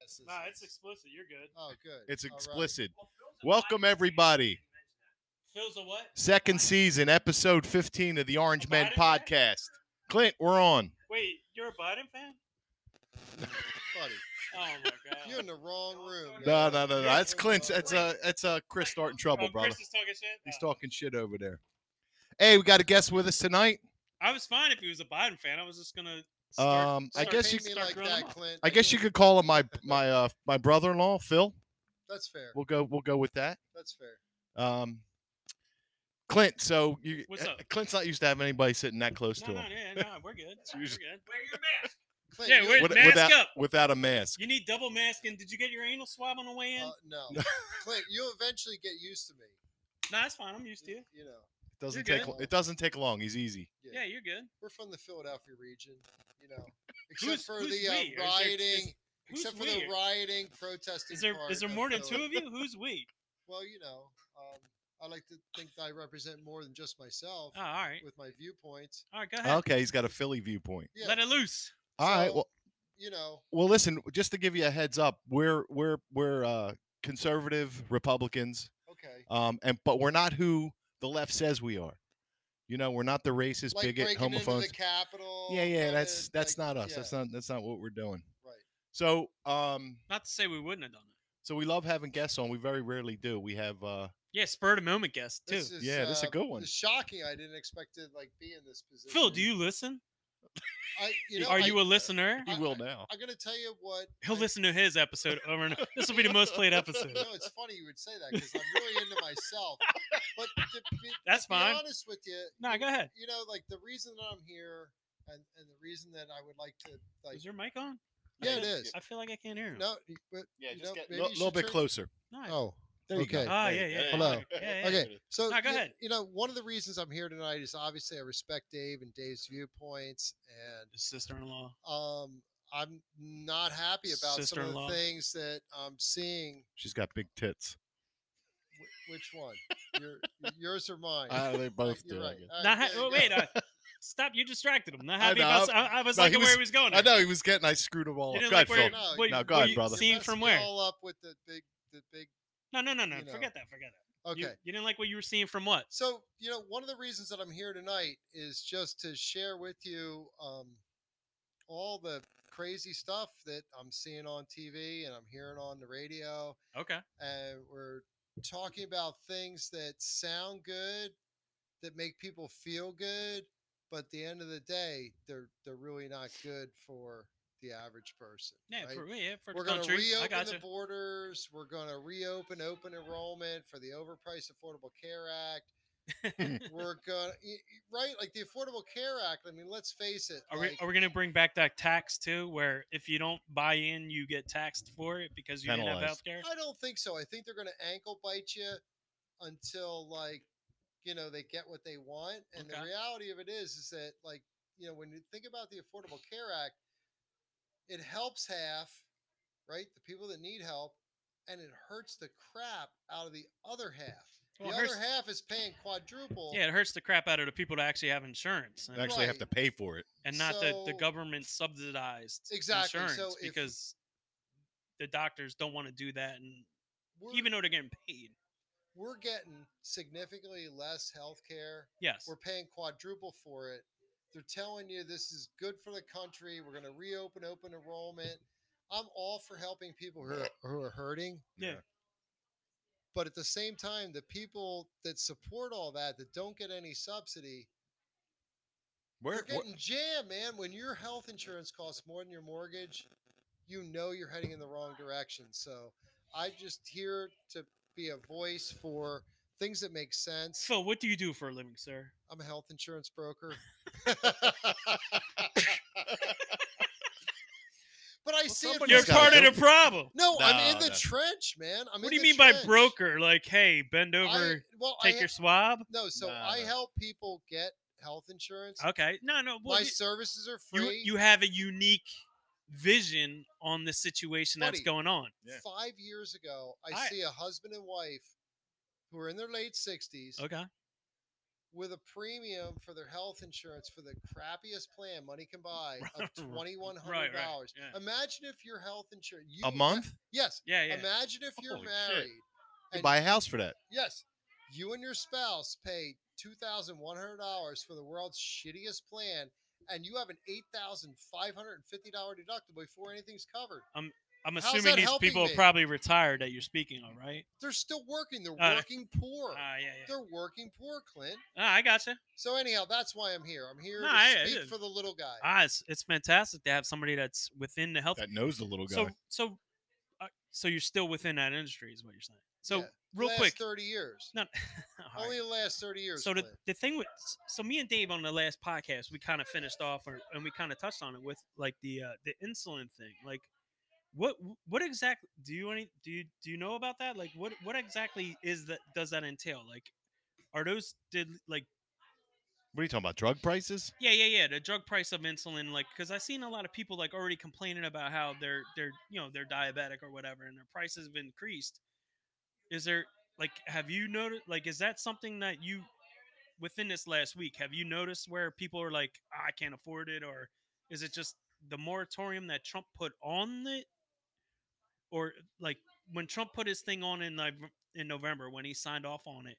this is. Nah, it's explicit. You're good. oh, good. It's All right. explicit. Welcome, everybody. Phil's a what? Second season, episode 15 of the Orange Men About it, podcast. Clint, we're on. Wait, you're a Biden fan? Buddy, Oh my god. you're in the wrong room. No, yo. no, no, no. You're That's in the Clint's. wrong That's room. uh, that's uh, Chris starting trouble, oh, brother. Chris is talking shit. He's Oh. talking shit over there. Hey, we got a guest with us tonight. I was fine if he was a Biden fan. I was just gonna. Start, Um, I start- guess you Paint me start like grilling that, him up. Clint. I guess you Anyway, could call him my my uh my brother-in-law, Phil. That's fair. We'll go we'll go with that. That's fair. Um, Clint. So you, What's uh, up? Clint's not used to having anybody sitting that close No, to no, him yeah, no, we're good. We're usually- good. Clint, Yeah, you- wait, With- mask without up. without a mask. You need double masking. Did you get your anal swab on the way in? uh, no, Clint, you'll eventually get used to me. no, that's fine. I'm used to you. You know, It doesn't you're take good. lo- it doesn't take long. He's easy. Yeah, you're good. we're from the Philadelphia region. You know, except Who's- for who's the uh, we? Or is there- is- rioting, Who's except for we? the rioting, protesting. Is there part is there more than Philly. two of you? Who's we? Well, you know, um, I like to think that I represent more than just myself Oh, all right, with my viewpoints. all right. Go ahead. Okay, he's got a Philly viewpoint. Yeah, Let it loose. All right. So- Well, you know, well, listen. Just to give you a heads up, we're we're we're uh, conservative Republicans, okay. um, and but we're not who the left says we are. You know, we're not the racist, Like bigot, breaking into homophones. the Capitol. Yeah, yeah. kinda, That's that's like, not us. yeah, That's not that's not what we're doing. right. So, um, Not to say we wouldn't have done it. so we love having guests on. We very rarely do. We have. uh Yeah, spur to moment guest too. This is, Yeah, this is a uh, good one. It's shocking. I didn't expect to like be in this position. Phil, do you listen? I, you know, Are I, you a listener? He I- will now. I'm gonna tell you what. He'll I- listen to his episode over and this will be the most played episode. No, it's funny you would say that because I'm really into myself. But to be, to That's be fine. honest with you, Nah, go ahead. you know, like the reason that I'm here and, and the reason that I would like to like Is your mic on? I Yeah, it feel- is. I feel like I can't hear him. No, y- but Yeah, you know, a maybe you little should bit turn- closer. Nice. Oh, There you go. Okay. Ah, There yeah, you yeah. go. yeah, Hello. yeah, yeah, yeah. okay. So No, go you- ahead. You know, one of the reasons I'm here tonight is obviously I respect Dave and Dave's viewpoints, and His sister-in-law. um, I'm not happy about some of Sister-in-law. the things that I'm seeing. She's got big tits. Wh- Which one? Your, yours or mine? Uh, they both You're do. I, right. guess. All right, Not yeah, ha- oh, yeah. wait, uh, stop! You distracted him. Not I happy know, about. I, I was no, he liking where was- he was going. I there. know he was getting. I screwed him all You didn't up. Go like ahead, where Phil. he- No, what you- you- No, go what ahead, you brother. Seen Messed from me where? All up with the big, the big. No, no, no, no. you know. Forget that. Forget that. Okay. You, you didn't like what you were seeing from what? So, you know, one of the reasons that I'm here tonight is just to share with you um, all the crazy stuff that I'm seeing on TV and I'm hearing on the radio. Okay. And we're talking about things that sound good, that make people feel good, but at the end of the day, they're they're really not good for the average person. Yeah, right? for, yeah, for we're the going to country. I reopen got the you. borders. We're going to reopen open enrollment for the overpriced Affordable Care Act. we're going to, right? Like the Affordable Care Act, I mean, let's face it. Are we, like, are we going to bring back that tax too, where if you don't buy in, you get taxed for it because you didn't have health Penalized. care? I don't think so. I think they're going to ankle bite you until, like, you know, they get what they want. And the Okay. reality of it is, is that, like, you know, when you think about the Affordable Care Act, it helps half, right? The people that need help, and it hurts the crap out of the other half. The Well, it other hurts- half is paying quadruple. Yeah, it hurts the crap out of the people that actually have insurance and, You actually have to Right. pay for it. and not the, so- the government subsidized Exactly, so insurance if- because the doctors don't want to do that, and we're, even though they're getting paid. we're getting significantly less health care. Yes. We're paying quadruple for it. They're telling you this is good for the country. We're going to reopen open enrollment. I'm all for helping people who are, who are hurting. Yeah. But at the same time, the people that support all that, that don't get any subsidy, Where, they're getting jammed, man. When your health insurance costs more than your mortgage, you know you're heading in the wrong direction. So I just here to be a voice for things that make sense. Phil, what do you do for a living, sir? I'm a health insurance broker. but I Well, see it. somebody's You're gotta firsthand. part do of the problem. No, I'm in No, the no. trench, man. I'm in What do you the mean by trench. broker? Like, hey, bend I- over, well, I take ha- your swab. no. So Nah, I nah. help people get health insurance. Okay. No, no. Well, My you- services are you, free. you have a unique vision on the situation that's Buddy. going on. Yeah. Five years ago, I, I- see a husband and wife who are in their late 60s Okay. with a premium for their health insurance for the crappiest plan money can buy of Right, twenty one right, hundred dollars. yeah. Imagine if your health insurance you a ima- month? Yes. Yeah, yeah. Imagine if you're Holy shit. married. You and- buy a house for that. Yes, you and your spouse pay two thousand one hundred dollars for the world's shittiest plan, and you have an eight thousand five hundred and fifty dollar deductible before anything's covered. I'm how's assuming that these helping people me? are probably retired that you're speaking of, right? They're still working. They're Uh, working poor. Ah, yeah, yeah. They're working poor, Clint. Ah, I gotcha. So anyhow, that's why I'm here. I'm here No, to I- I speak did- for the little guy. Ah, it's, it's fantastic to have somebody that's within the health. That knows the little guy. so, so, uh, so you're still within that industry, is what you're saying. So, Yeah. real last quick, thirty years. not All right. Only the last thirty years. So the, Clint. the thing with s- so me and Dave on the last podcast we kind of finished off or, and we kind of touched on it with like the uh, the insulin thing. Like what what exactly do you any do you do you know about that? Like what what exactly is that does that entail? Like are those did like what are you talking about? Drug prices? yeah yeah yeah the drug price of insulin like because I've seen a lot of people like already complaining about how they're they're you know they're diabetic or whatever and their prices have increased. Is there like have you noticed like is that something that you within this last week have you noticed where people are like "Ah, I can't afford it or is it just the moratorium that Trump put on it or like when Trump put his thing on in like in November when he signed off on it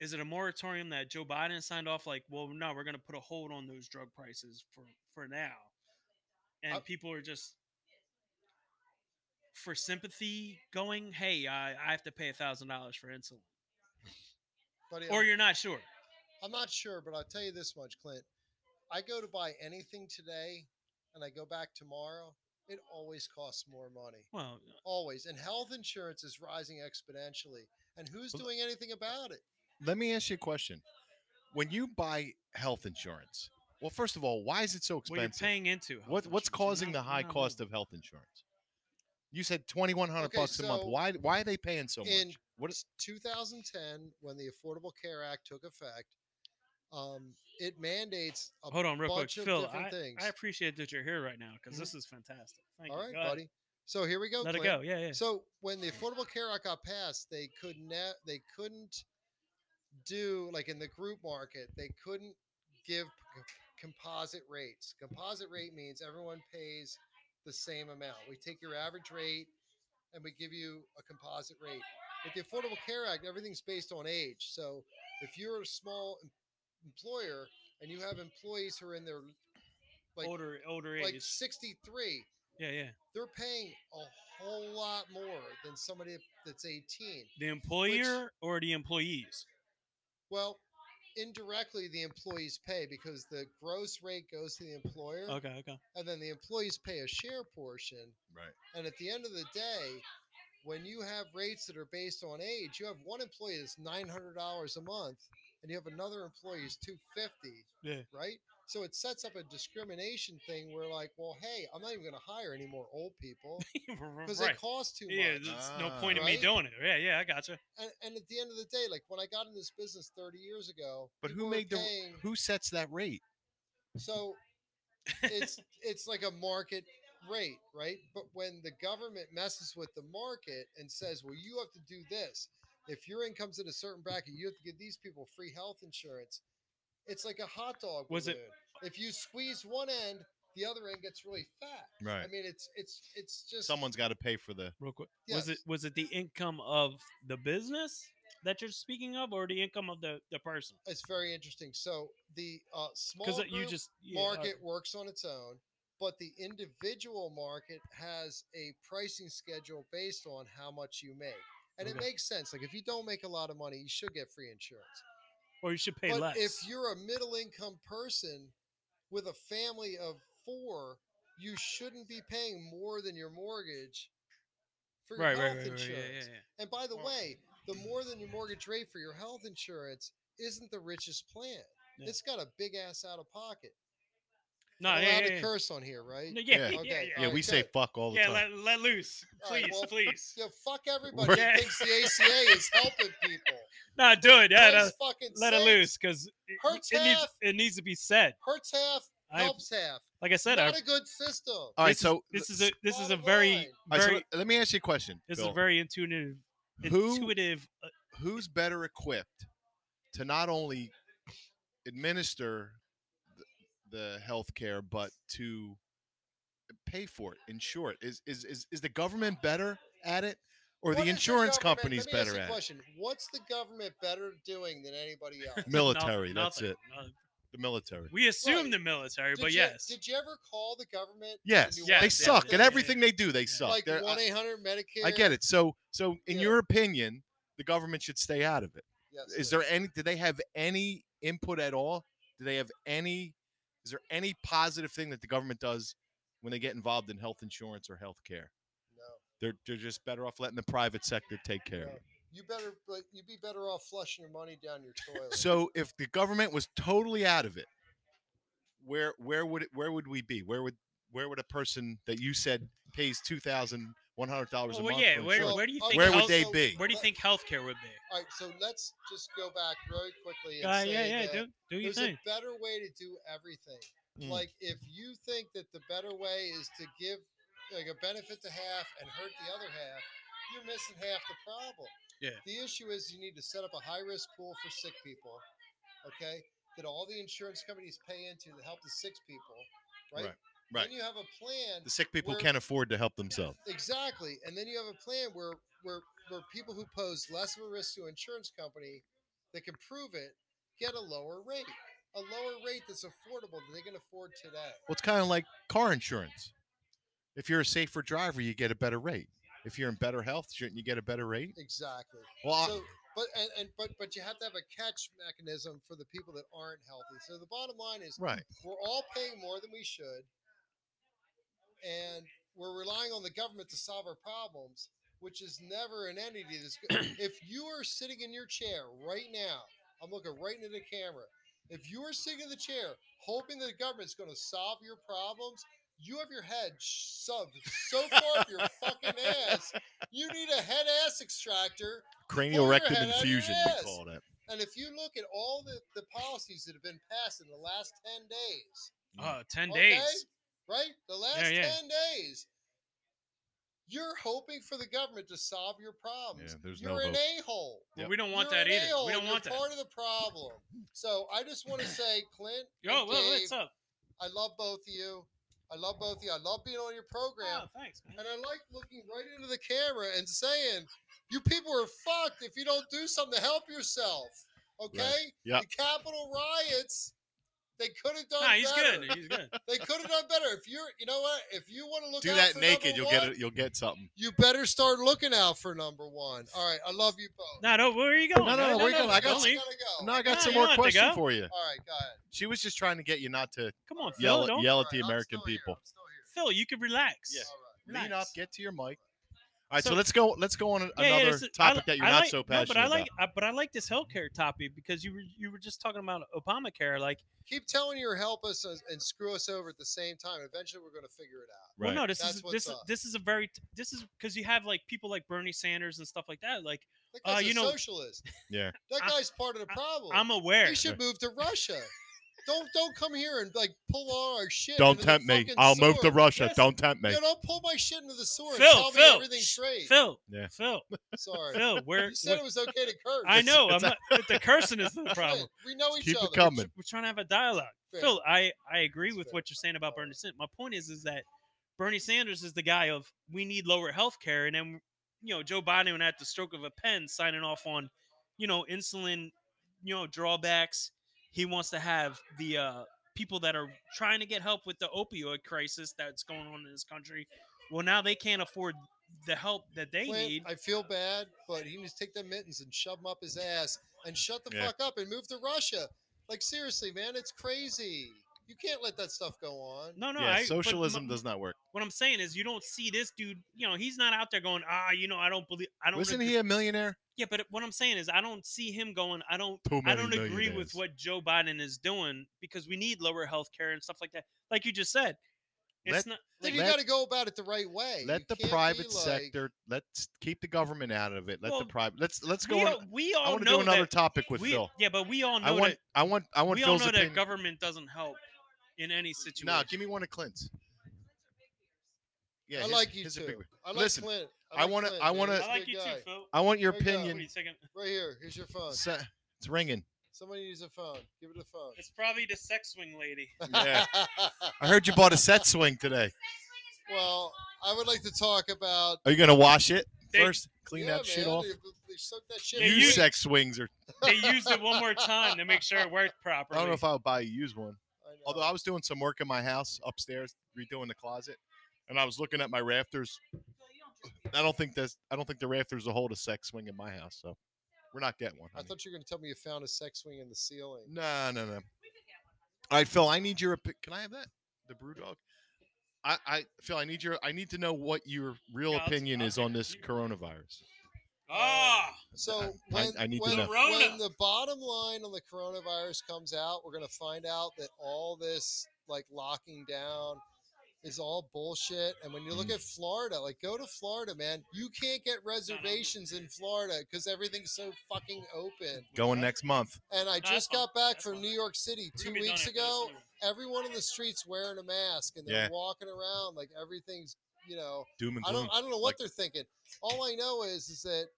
is it a moratorium that Joe Biden signed off like well no we're going to put a hold on those drug prices for for now and Uh, people are just for sympathy going hey I, I have to pay a thousand dollars for insulin Buddy, or I'm- you're not sure I'm not sure, but I'll tell you this much, Clint. I go to buy anything today, and I go back tomorrow. It always costs more money. well always. And health insurance is rising exponentially. And who's Well, doing anything about it? Let me ask you a question. When you buy health insurance, well, first of all, why is it so what you're expensive? paying into health what, what's insurance, you're causing not- the you're high not cost knowing. of health insurance? You said twenty one hundred Okay, bucks a month. so Why why are they paying so in much? What is 2010, when the Affordable Care Act took effect, um, it mandates a hold on real quick bunch of Phil different I, things. I appreciate that you're here right now because Mhm. this is fantastic Thank All you. right, Go ahead. buddy. So here we go. let it Clint. go yeah yeah So when the Affordable Care Act got passed, they could not they couldn't do like in the group market, they couldn't give c- composite rates. Composite rate means everyone pays the same amount. We take your average rate and we give you a composite rate. With the Affordable Care Act, everything's based on age. So if you're a small em- employer and you have employees who are in their like older older like age 63, yeah yeah they're paying a whole lot more than somebody that's 18. the employer or the employees Well, indirectly, the employees pay because the gross rate goes to the employer, okay okay and then the employees pay a share portion. right? And at the end of the day, when you have rates that are based on age, you have one employee that's nine hundred dollars a month, and you have another employee who's two fifty. Yeah. Right. So it sets up a discrimination thing where, like, well, hey, I'm not even going to hire any more old people because they right cost too much. yeah there's no Ah. point in me Right? doing it yeah yeah I gotcha and, and at the end of the day, like when I got in this business 30 years ago, But people who were made the paying- who sets that rate? so it's it's like a market rate, right? But when the government messes with the market and says, "Well, you have to do this. If your income's in a certain bracket, you have to give these people free health insurance." It's like a hot dog. Was it- balloon. If you squeeze one end, the other end gets really fat. Right. I mean, it's it's it's just Someone's got to pay for the real quick was Yes. it was it the income of the business that you're speaking of or the income of the the person It's very interesting. So the uh, small because you group just yeah, uh, market works on its own, but the individual market has a pricing schedule based on how much you make. And it Okay. makes sense. Like if you don't make a lot of money, you should get free insurance. or you should pay but less if you're a middle income person with a family of four, you shouldn't be paying more than your mortgage for your right right health right, right, yeah, insurance. yeah yeah And by the Well- way, the more than your mortgage rate for your health insurance isn't the richest plan. Yeah. It's got a big ass out of pocket. no I'm yeah allowed yeah, to yeah. curse on here, right? No, yeah, Yeah. yeah, Okay, yeah. yeah. all we right, say good. fuck all the Yeah, time. let, let loose, All please, right, well, please. Yo, fuck everybody Yeah. who thinks the ACA is helping people. Nah, do it. Yeah, Christ no, fucking let it sakes. loose because it, Hurts it needs half. it needs to be said. Hurts half, I helps half. like I said, I, Not a good system. All right, this is- so this is a this is a Bottom very line. all right, so very let- let me ask you a question. this is Bill. a very intuitive Who- intuitive. uh, who's better equipped to not only administer th- the health care, but to pay for it, insure it. Is is is, is the government better at it, or What the is insurance government- companies let me ask better you a at it? Question: What's the government better doing than anybody else? Military. Noth- that's nothing, it. nothing. The military. We assume Right. the military, Did but you- yes, Did you ever call the government? Yes, you yes, they yeah, want suck, them and to- yeah, everything they do, they Yeah. suck. Like They're- uh, one eight hundred Medicare. I, I get it. So, so in Yeah. your opinion, the government should stay out of it. Yes, Is sir. there any? Do they have any input at all? Do they have any? Is there any positive thing that the government does when they get involved in health insurance or health care? No. They're they're just better off letting the private sector take care of No. it. You better, but you'd be better off flushing your money down your toilet. So if the government was totally out of it, where where would it where would we be? Where would where would a person that you said pays two thousand one hundred dollars a Well, month? yeah, for where- insurance- where do you think where would health- they be? where do you think healthcare would be? All right, so let's just go back really quickly. And Uh, say yeah, yeah, that do, do your there's thing. a better way to do everything. Mm. Like if you think that the better way is to give like a benefit to half and hurt the other half, you're missing half the problem. Yeah. The issue is you need to set up a high risk pool for sick people, okay? That all the insurance companies pay into to help the sick people, right? Right, right. Then you have a plan The sick people where- can't afford to help themselves. Exactly, and then you have a plan where where where people who pose less of a risk to an insurance company that can prove it get a lower rate, a lower rate that's affordable that they can afford today. Well, it's kind of like car insurance. If you're a safer driver, you get a better rate. If you're in better health, shouldn't you get a better rate? Exactly. Well, I- So, but and, and but but you have to have a catch mechanism for the people that aren't healthy. So the bottom line is right. we're all paying more than we should, and we're relying on the government to solve our problems, which is never an entity that's good. if you are sitting in your chair right now, I'm looking right into the camera. If you are sitting in the chair hoping that the government's going to solve your problems, you have your head shoved so far up your fucking ass. You need a head ass extractor Cranial your rectum head out of your infusion, we ass. call that. and if you look at all the, the policies that have been passed in the last 10 days, Oh, 10 okay? days. Right? The last yeah. 10 days. You're hoping for the government to solve your problems. Yeah, there's You're no an hope. a hole. Well, Yep. we don't want that either. We don't want that. Part of the problem. So I just want to say, Clint, Yo, and what- Dave, what's up? I love both of you. I love both of you. I love being on your program. Oh, thanks, man. And I like looking right into the camera and saying, "You people are fucked if you don't do something to help yourself." Okay? Yeah. The Capitol riots, they could have done Nah, he's better. good. He's good. They could have done better. If you're, you know what? If you want to look Do out that for naked, number you'll get one, it. You'll get something. You better start looking out for number one. All right, I love you both. Nah, no, where are you going? No, no, man? no, we're good. I got don't some- I leave. gotta go. No, I got No, some you more don't have to question go. for you. All right, go ahead. She was just trying to get you not to Come on, Phil. yell, don't. yell All at the right, I'm American still here, people. I'm still here. Phil, you can relax. Yeah. All right. Lean up, Relax. get to your mic. All right, so, So- let's go. Let's go on a- Yeah, yeah, another this is- I li- topic that you're I not like- so no, passionate but I like, I, but I like this healthcare topic because you were you were just talking about Obamacare. Like, Keep telling you help us and- and screw us over at the same time. Eventually, we're going to figure it out. about. well, no, this That's is what's this up. this is a very this is because you have like people like Bernie Sanders and stuff like that. Like, That Uh, guy's you a know- socialist. Yeah. That I- guy's part of the problem. I'm aware. He should move to Russia. Don't don't come here and like pull all our shit. Don't into the tempt me. fucking I'll move to sewer. Russia. Yes. Don't tempt me. Yeah, don't pull my shit into the sewer Phil, and tell Phil, me everything's shh, straight. Phil, Yeah. Phil, Sorry. Phil, we're, you said we're- it was okay to curse. I know. I'm it's not, but the cursing is the Hey, problem. We know each Keep other. it coming. We're trying to have a dialogue. Fair. Phil, I, I agree That's with fair. what you're saying about All right. Bernie Sanders. My point is is that Bernie Sanders is the guy of we need lower health care, and then you know Joe Biden at the stroke of a pen signing off on you know insulin you know drawbacks. He wants to have the uh, people that are trying to get help with the opioid crisis that's going on in this country. Well, now they can't afford the help that they Clint, need. I feel bad, but he needs to take them mittens and shove them up his ass and shut the Yeah. fuck up and move to Russia. Like seriously, man, it's crazy. You can't let that stuff go on. No, no, yeah, I, but my- socialism does not work. What I'm saying is, you don't see this dude. You know, he's not out there going, ah, you know, I don't believe, I don't. Wasn't agree- he a millionaire? Yeah, but what I'm saying is, I don't see him going. I don't. Too I many don't agree with millionaires. what Joe Biden is doing because we need lower health care and stuff like that. Like you just said, it's Let- not. Then Like, you Let- got to go about it the right way. You Let the can't be private like- sector. Let's keep the government out of it. Let Well, the private. Let's let's go. we, on, all, we I all want to know do another that. topic with we, Phil. Yeah, but we all know I want. that. I want. I want we all Phil's know opinion. that government doesn't help in any situation. No, give me one of Clint's. Yeah, I his- like you his are too. big one. I like Listen, Clint. I like wanna- Clint, I man. wanna- He's I a like good you guy. too, Phil. I want your There you go. What are opinion. you thinking? Right here. Here's your phone. Se- It's ringing. Somebody use a phone. Give it a phone. It's probably the sex swing lady. Yeah. I heard you bought a set swing today. well, I would like to talk about. Are you gonna wash it They- first? Clean yeah, that shit man, off. They, they suck that shit Yeah, out. Used you- sex swings are. They used it one more time to make sure it worked I properly. don't know if I would buy a used one. I know. Although I was doing some work in my house upstairs, redoing the closet, and I was looking at my rafters. I don't think that's. I don't think the rafters will hold a sex swing in my house, so we're not getting one. I honey. thought you were going to tell me you found a sex swing in the ceiling. No, no, no. All right, Phil. I need your. opi- Can I have that? The brew dog. I, I, Phil. I need your. I need to know what your real Yeah, I'll- opinion I'll is take on it. this You- coronavirus. Ah, So I- when, I need to when, when know. Corona. the bottom line on the coronavirus comes out, we're going to find out that all this like locking down is all bullshit. And when you look Mm. at Florida, like go to Florida, man, you can't get reservations in Florida because everything's so fucking open. Going next month. And I that's just fine. got back That's from fine. New York City we're two gonna be done weeks after this ago. anyway. Everyone in the streets wearing a mask and they're Yeah. walking around like everything's, you know, Doom and I gloom. don't I don't know what Like- they're thinking. All I know is is that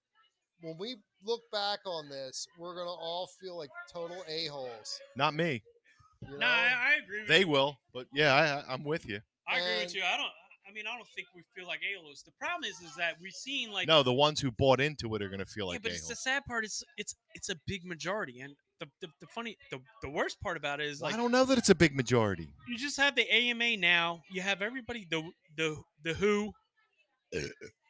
when we look back on this, we're gonna all feel like total a holes. Not me. You know? No, I, I agree. With They you. will. But yeah, I, I, I'm with you. I agree and- with you. I don't. I mean, I don't think we feel like a-holes. The problem is, is that we've seen like no, the ones who bought into it are going to feel yeah, like but it's a-holes. the sad part. It's it's it's a big majority, and the the, the funny the, the worst part about it is Well, like I don't know that it's a big majority. you just have the AMA now. You have everybody the the the Who,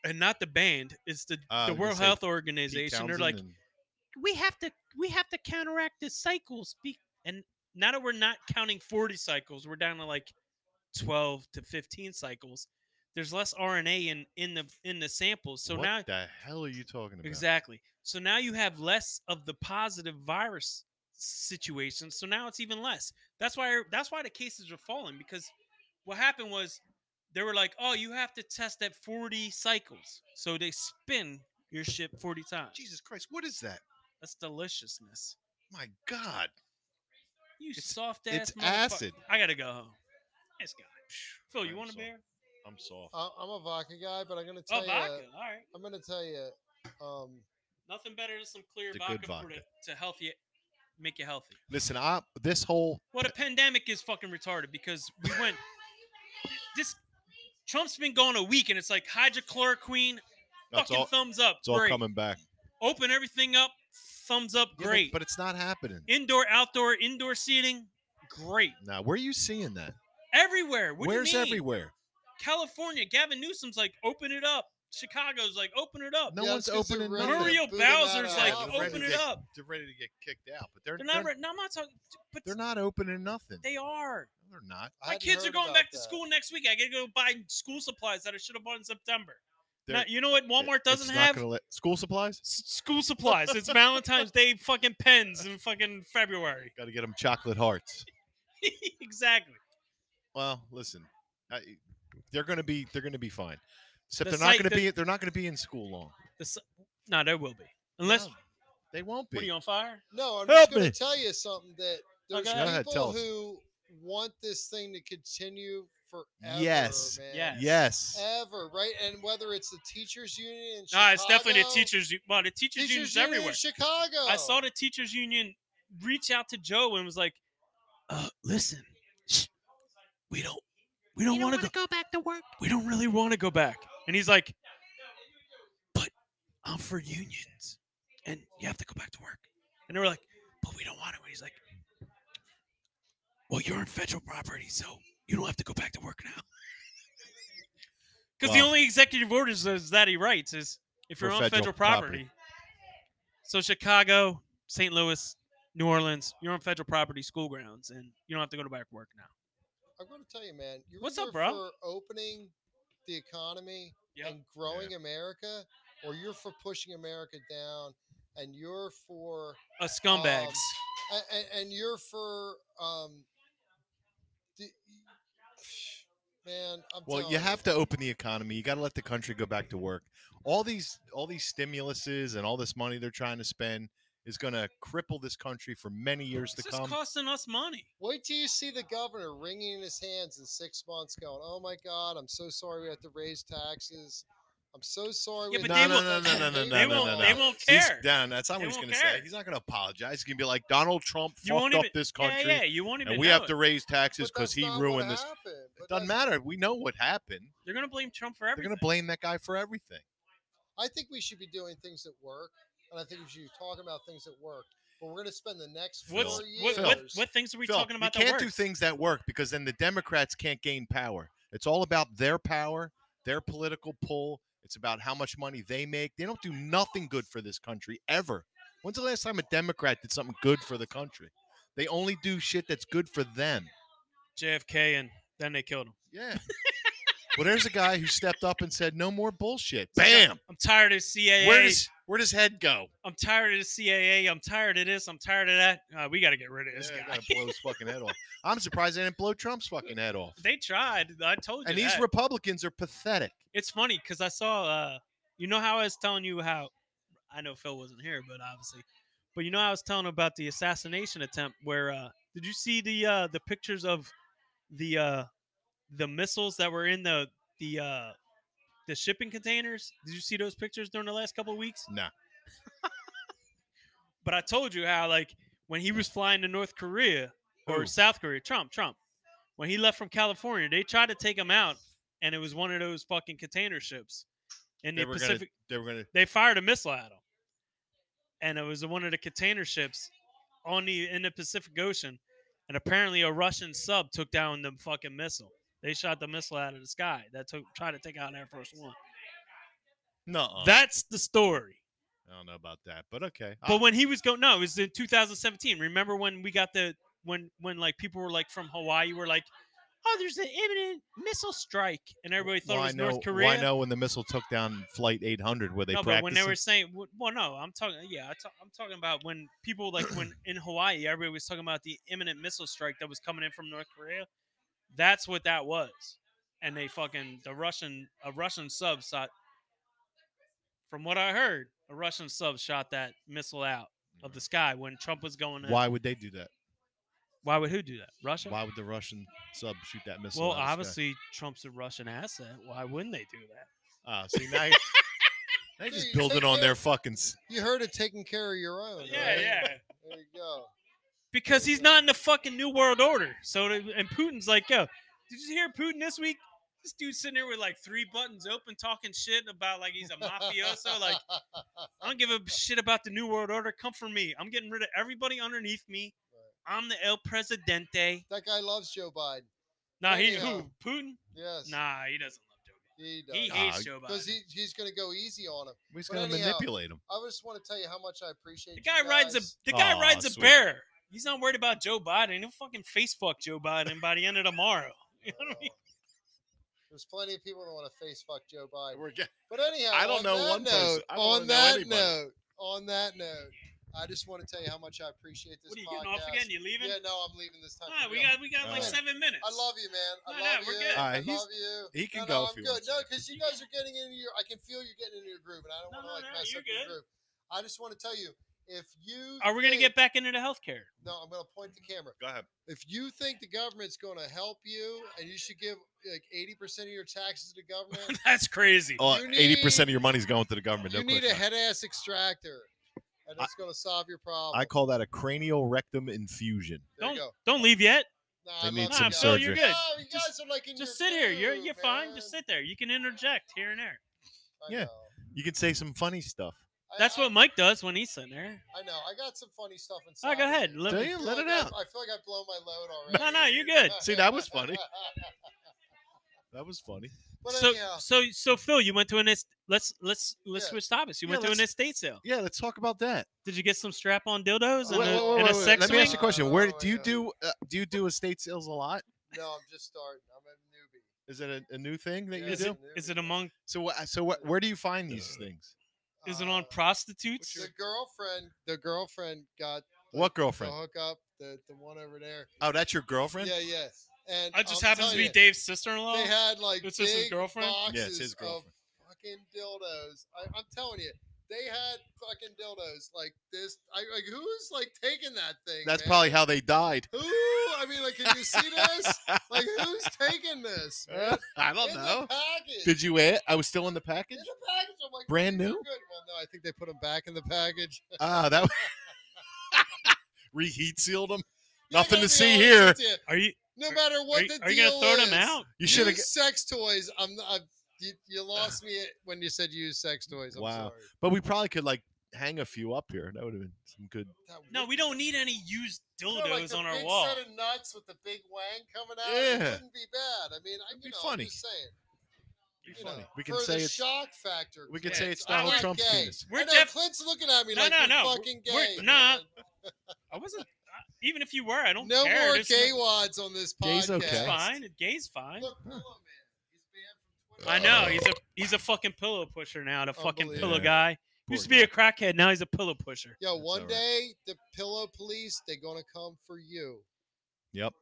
and not the band. It's the Uh, I was the gonna World say Health Pete Organization. They're Townsend like, and- we have to we have to counteract the cycles. Be- and now that we're not counting forty cycles, we're down to like twelve to fifteen cycles. There's less RNA in in the in the samples, so what now the hell are you talking about? Exactly. So now you have less of the positive virus situation. So now it's even less. That's why that's why the cases are falling because what happened was they were like, "Oh, you have to test at 40 cycles." So they spin your shit 40 times. Jesus Christ, what is that? That's deliciousness. My God. You soft ass. it's motherfucker. acid. I gotta go home. Let's go. Phil, you I'm want a sorry. beer? I'm soft. I, I'm a vodka guy, but I'm gonna Oh, tell you uh, vodka. All right. I'm gonna tell you um Nothing better than some clear The vodka, good For vodka. to, to help you, make you healthy. Listen, I this whole Well, the pandemic is fucking retarded because we went. this Trump's been going a week and it's like hydrochloroquine, it's fucking all, thumbs up, it's all great. coming back. Open everything up, thumbs up, Yeah, but- great. but, it's not happening. indoor, outdoor, indoor seating, great. now, where are you seeing that? Everywhere. What Where's do you mean? everywhere? California. Gavin Newsom's like, open it up. Chicago's like, open it up. No Yeah, one's it's 'cause they're opening. ready nothing. to Muriel boot 'em out Bowser's of like, the They're ready open to it get- up. They're ready to get kicked out, but they're They're not. they're, Re- no, I'm not talking. But they're not opening nothing. They are. No, They're not. I My hadn't kids are heard going about back to that. school next week. I gotta go buy school supplies that I should have bought in September. They're- Now, you know what Walmart It's doesn't not have? gonna let- school supplies. S- school supplies. It's Valentine's Day fucking pens in fucking February. Got to get them chocolate hearts. exactly. Well, listen, I, they're gonna be they're gonna be fine. Except The they're not site gonna that- be they're not gonna be in school long. No, there will be. Unless No, they won't what are be. you on fire? no, I'm Help just gonna me. tell you something that there's Okay. Go ahead, people tell us. who want this thing to continue forever. Yes. Man. Yes. Yes. Ever, right? And whether it's the teachers union in Chicago, Nah, it's definitely the teachers. u- Well, the teachers, teachers union's union everywhere. in Chicago. I saw the teachers union reach out to Joe and was like, uh, "Listen, shh, we don't, we don't want to go, back to work. We don't really want to go back." And he's like, "But I'm for unions, and you have to go back to work." And they were like, "But we don't want to." And he's like, "Well, you're on federal property, so you don't have to go back to work now." Because the Wow. only executive orders is that he writes is if For you're on federal, federal property. property. So Chicago, St. Louis, New Orleans, you're on federal property, school grounds, and you don't have to go to back to work now. I'm going to tell you, man. You're What's up, either bro? For opening the economy Yep. and growing America, or you're for pushing America down, and you're for A Um, scumbags. and, and you're for um. The, man, I'm Well, telling you have to open the economy. You got to let the country go back to work. All these all these stimuluses and all this money they're trying to spend is going to cripple this country for many years to It's just come. costing us money. Wait till you see the governor wringing his hands in six months, going, "Oh my God, I'm so sorry we have to raise taxes. I'm so sorry. Yeah, we but no, had they to no, put no, that no, no, out no, there. no, they no, won't. no, They no. won't He's- care. Nah, that's not They what he's won't gonna say. care. He's not gonna apologize. He's gonna be like Donald Trump You fucked won't up even- this country, yeah, yeah. You won't even. and we know have it. to raise taxes But because that's he not what ruined this. happened, but It doesn't that's- matter. We know what happened. They're gonna blame Trump for everything. They're gonna blame that guy for everything. I think we should be doing things that work, and I think we should be talking about things that work. But we're going to spend the next four What's, Phil. years. what, what, what things are we Phil, talking about? You can't that do works? things that work because then the Democrats can't gain power. It's all about their power, their political pull. It's about how much money they make. They don't do nothing good for this country ever. When's the last time a Democrat did something good for the country? They only do shit that's good for them. JFK, and then they killed him. Yeah. well, there's a guy who stepped up and said, "No more bullshit." It's like, Bam. I'm, I'm tired of CAA. Where does where does head go? I'm tired of the CAA. I'm tired of this. I'm tired of that. Uh, we got to get rid of this Yeah, guy. gotta blow his fucking head off. I'm surprised they didn't blow Trump's fucking head off. They tried. I told you. And these that. Republicans are pathetic. it's funny because I saw. Uh, you know how I was telling you how. I know Phil wasn't here, but obviously, but you know I was telling about the assassination attempt. Where uh, did you see the uh, the pictures of the uh, the missiles that were in the the uh, the shipping containers? Did you see those pictures during the last couple of weeks? Nah. But I told you how like when he was flying to North Korea or Who? South Korea, Trump, Trump, when he left from California, they tried to take him out, and it was one of those fucking container ships in They the were gonna- Pacific. They were gonna They fired a missile at him, and it was one of the container ships on the in the Pacific Ocean, and apparently a Russian sub took down the fucking missile. They shot the missile out of the sky that took tried to take out Air Force One. No, That's the story. I don't know about that, but okay. But when he was going, no, it was in 2017. Remember when we got the when when like people were like from Hawaii were like, oh, there's an imminent missile strike, and everybody thought it was know, North Korea. Why know when the missile took down Flight 800 where they no, practiced? but when they were saying, w- well, no, I'm talking, yeah, I ta- I'm talking about when people like when in Hawaii, everybody was talking about the imminent missile strike that was coming in from North Korea. That's what that was, and they fucking the Russian a Russian sub shot. From what I heard, a Russian sub shot that missile out of the sky when Trump was going. in. Mm-hmm. why would they do that? Why would who do that? Russia. Why would the Russian sub shoot that missile? well, out of the sky? obviously Trump's a Russian asset. Why wouldn't they do that? Ah, see now. They See, just build it take on care- their fucking. s- You heard of taking care of your own. right? There you go. Because he's not in the fucking New World Order. So the- and Putin's like, yo, did you hear Putin this week? This dude's sitting there with like three buttons open, talking shit about like he's a mafioso. like I don't give a shit about the New World Order. Come for me. I'm getting rid of everybody underneath me. I'm the El Presidente. that guy loves Joe Biden. Nah, he Yeah. who Putin? Yes. Nah, he doesn't love Joe. Biden. He He does. hates Ah, Joe Biden. Because he, he's going to go easy on him. We're just But gonna anyhow, manipulate them. I just want to tell you how much I appreciate The guy you rides a guys. the guy Aw, rides a sweet. bear. He's not worried about Joe Biden. He'll fucking face fuck Joe Biden by the end of tomorrow. You know what I mean? Oh. There's plenty of people that want to face fuck Joe Biden. We're get- But anyhow, I on don't know that one person. note, I don't wanna on know that anybody. note, on that note, I just want to tell you how much I appreciate this What are you podcast. getting off again? You leaving? Yeah, no, I'm leaving this time. Ah, for we real. got we got like Alright. seven minutes. I love you, man. I No, no, love you. we're good. I Alright, he's- love you. he no, can no, go if I'm he good. wants No, to. because you guys are getting into your. I can feel you're getting into your groove, and I don't No, want to no, like no, mess you're up your good. groove. I just want to tell you, if you Are we gonna think- get back into the healthcare? No, I'm going to point the camera. Go ahead. If you think the government's going to help you, and you should give like 80 percent of your taxes to government, That's crazy. Oh, You 80% of your money's going to the government. you no need a question. head ass extractor, and I- it's going to solve your problem. I call that a cranial rectum infusion. there you go. Don't leave yet. Nah, They I need love some you guys. surgery. You're Oh, good. No, you guys Just- are like in Just your sit here. You're groove, you're fine. Just man. sit there. You can interject here and there. I Yeah. know. You can say some funny stuff. I- That's I- what Mike does when he's sitting there. I know. I got some funny stuff inside. Oh, go of ahead. me. Let Do me- you? I feel Let like it I- out. I feel like I've blown my load already. No, no, you're good. See, that was funny. That was funny. but So anyhow, so so Phil, you went to an est- let's let's let's Yeah. switch topics. You Yeah, went to an let's- estate sale. Yeah, let's talk about that. Did you get some strap on dildos and Wait, wait, a, wait, and a wait, wait. sex Let me ask you swing? a question. Where do you Oh, do uh, do you do estate sales a lot? no, I'm just starting. I'm a newbie. Is it a, a new thing that Yeah, Uh, you it's Is a do? it, new is it one. among So what? So what? Where do you find these things? Is it on Uh, prostitutes? The girlfriend. The girlfriend got the- What girlfriend? The hookup. The the one over there. Oh, that's your girlfriend. uh, Yeah, yeah. And I just I'm happens to telling be you, Dave's sister-in-law. They had like It's big just his girlfriend? Yeah, it's boxes his of girlfriend. fucking dildos. I, I'm telling you, They had fucking dildos like this. I, like who's like taking that thing? That's man? probably how they died. Who? I mean, like, can you see this? like, who's taking this? Man? I don't In know. The package. Did you add? I was still in the In package. the package, I'm like, Brand these are new? Good. Well, no, I think they put them back in the package. Ah, that reheat sealed them. Yeah, Nothing no, to be see honest here. with you, Are you No matter what are, you- the are you deal gonna throw is, them out? You should have. Used sex toys. I'm. not- I'm you, you lost me at- when you said use sex toys. I'm Wow. sorry. But we probably could like hang a few up here. That would have been some good. That No, would- we don't need any used No, like dildos the on our big wall. set of nuts with the big wang coming out. it Yeah. wouldn't be bad. I mean, I, It'd you be know, funny. I'm just saying. Be you funny. know, We can for say the it's- shock factor. We could Yeah, say it's I Donald like Trump's gay. penis. I We're know, def- Clint's looking at me No, like no, you're no, fucking we're- gay. nah, man. I wasn't. I- Even if you were, I don't no care. more This- gay wads on this Gay's podcast. okay. It's fine. Gay's fine. Look, Pillow Man, he's banned from Twitter. I Oh. know he's a he's a fucking pillow pusher now. The fucking pillow Unbelievable. guy used to be a crackhead. Now he's a pillow pusher. Yo, That's one all right. day the pillow police, they're gonna come for you. Yep.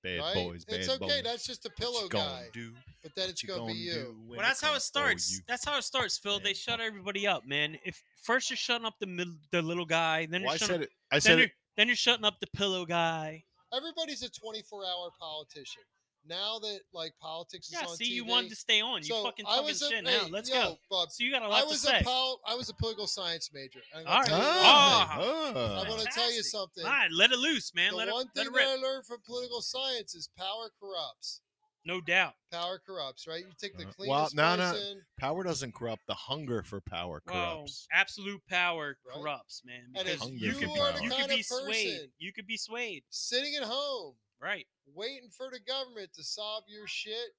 Bad right? boys. Bad it's okay. boys. That's just a What you pillow gonna guy. do? But then What it's you gonna, be gonna do you. when Well, that's how come Oh, it for starts. you? That's how it starts, Phil. They Man, shut fuck. everybody up, man. If first you're shutting up the mid, the little guy, then Well, you're I shutting said up, it. I then said you're it. then you're shutting up the pillow guy. Everybody's a 24-hour politician. Now that like politics is Yeah, on see, TV, you wanted to stay on. You so fucking I talking was a, shit hey, now. Let's yo, go. Bub, So you got a lot I to was say. a pol- I was a political science major. and All I'm gonna tell right. you one thing. Ah, Oh, I want to tell you fantastic. something. All right, let it loose, man. the let it, one let thing it that rip. I learned from political science is power corrupts. No doubt. Power corrupts, right? You take the Uh, well, cleanest no, no. person. power doesn't corrupt. The hunger for power Wow. corrupts. Absolute power Right? corrupts, man. And Because if you you could are the be, you could kind of be swayed. person- You could be swayed. sitting at home Right. waiting for the government to solve your shit,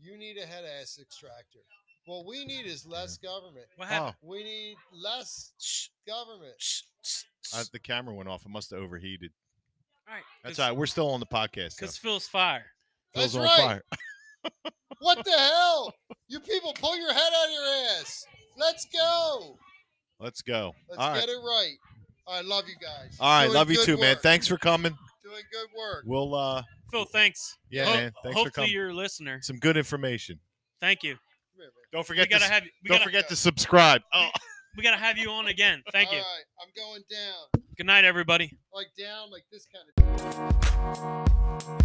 you need a head ass extractor. What we need is less government. Oh. What Ah, happened? We need less Shh, government. shh, shh, shh. Oh, I- the camera went off. It must have overheated. all right. That's all right. We're still on the podcast. though. Because Phil's fire. Phil's That's on right. fire. What the hell? You people pull your head out of your ass. Let's go. Let's go. Let's all get right. it right. I love you guys. All right. Doing Love you good too, man. work. Thanks for coming. Doing good work. We'll uh Phil, thanks. yeah, Ho- man. Thanks hopefully for coming. you're a listener. Some good information. Thank you. Come here, man. Don't We forget to gotta s- have we don't gotta, forget to subscribe. Oh. we gotta have you on again. Thank you. All right. I'm going down. Good night, everybody. Like down, like this kind of.